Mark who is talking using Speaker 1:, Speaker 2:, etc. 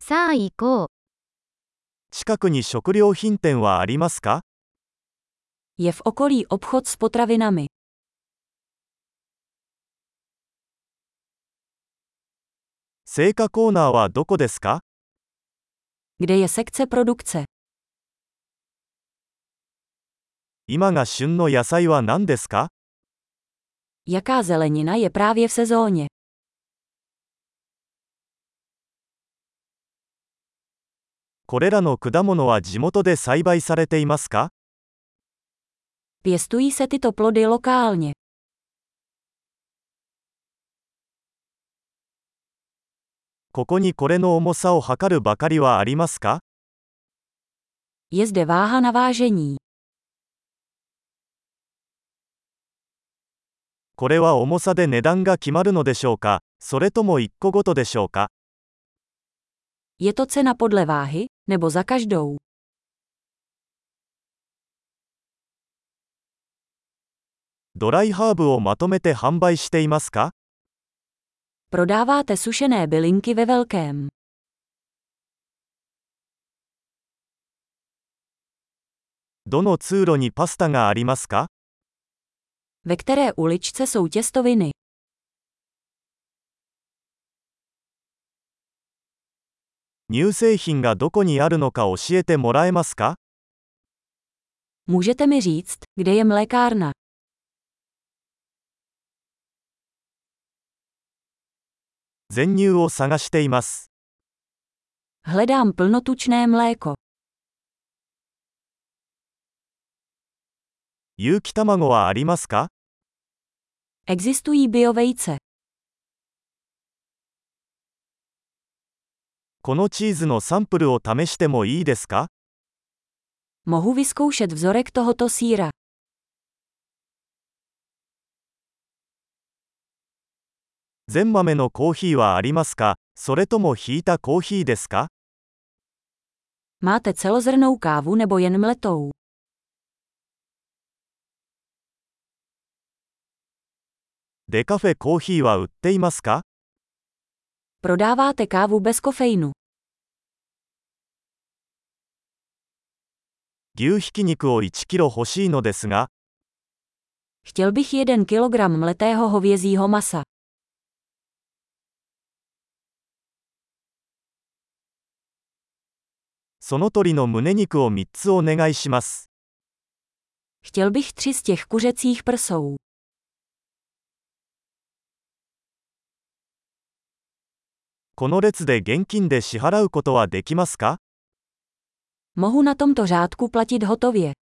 Speaker 1: さあ行こう。
Speaker 2: 近くに食料品店はありますか
Speaker 3: Je v okolí obchod s potravinami.
Speaker 2: 青果コーナーはどこですか
Speaker 3: Kde je sekce produkce?
Speaker 2: 今が旬の野菜は何ですか
Speaker 3: Jaká zelenina je právě v sezóně?
Speaker 2: これらの果物は地元で栽培されていますか
Speaker 3: Pěstují se tyto plody lokálně.
Speaker 2: ここにこれの重さを測るばかりはありますか
Speaker 3: Je zde váha na vážení.
Speaker 2: これは重さで値段が決まるのでしょうかそれとも1個ごとでしょうか
Speaker 3: Je to cena podle váhy, nebo za každou?
Speaker 2: ドライハーブをまとめて販売していますか
Speaker 3: Prodáváte sušené bylinky ve velkém.
Speaker 2: どの通路にパスタがありますか
Speaker 3: Ve které uličce jsou těstoviny?
Speaker 2: 乳製品がどこにあるのか教えてもらえますか
Speaker 3: Můžete mi říct, kde je mlékárna?
Speaker 2: 全乳を探しています。
Speaker 3: Hledám plnotučné mléko.
Speaker 2: 有機卵はありますか
Speaker 3: Existují biovejce.
Speaker 2: このチーズのサンプルを試してもいいですか
Speaker 3: Mohu vyzkoušet vzorek tohoto síra.
Speaker 2: 全豆のコーヒーはありますかそれともひいたコーヒーですか
Speaker 3: Máte celozrnou kávu nebo jen mletou?
Speaker 2: デカフェコーヒーは売っていますか
Speaker 3: Prodáváte kávu bez kofeinu.
Speaker 2: 牛ひき肉を1キロ欲しいのですが、
Speaker 3: Chtěl bych 1 kg mletého hovězího masa.
Speaker 2: その鶏の胸肉を3つお願いします。
Speaker 3: Chtěl bych tři z těch kuřecích prsou.
Speaker 2: この列で現金で支払うことはできますか
Speaker 3: Mohu na tomto řádku platit hotově.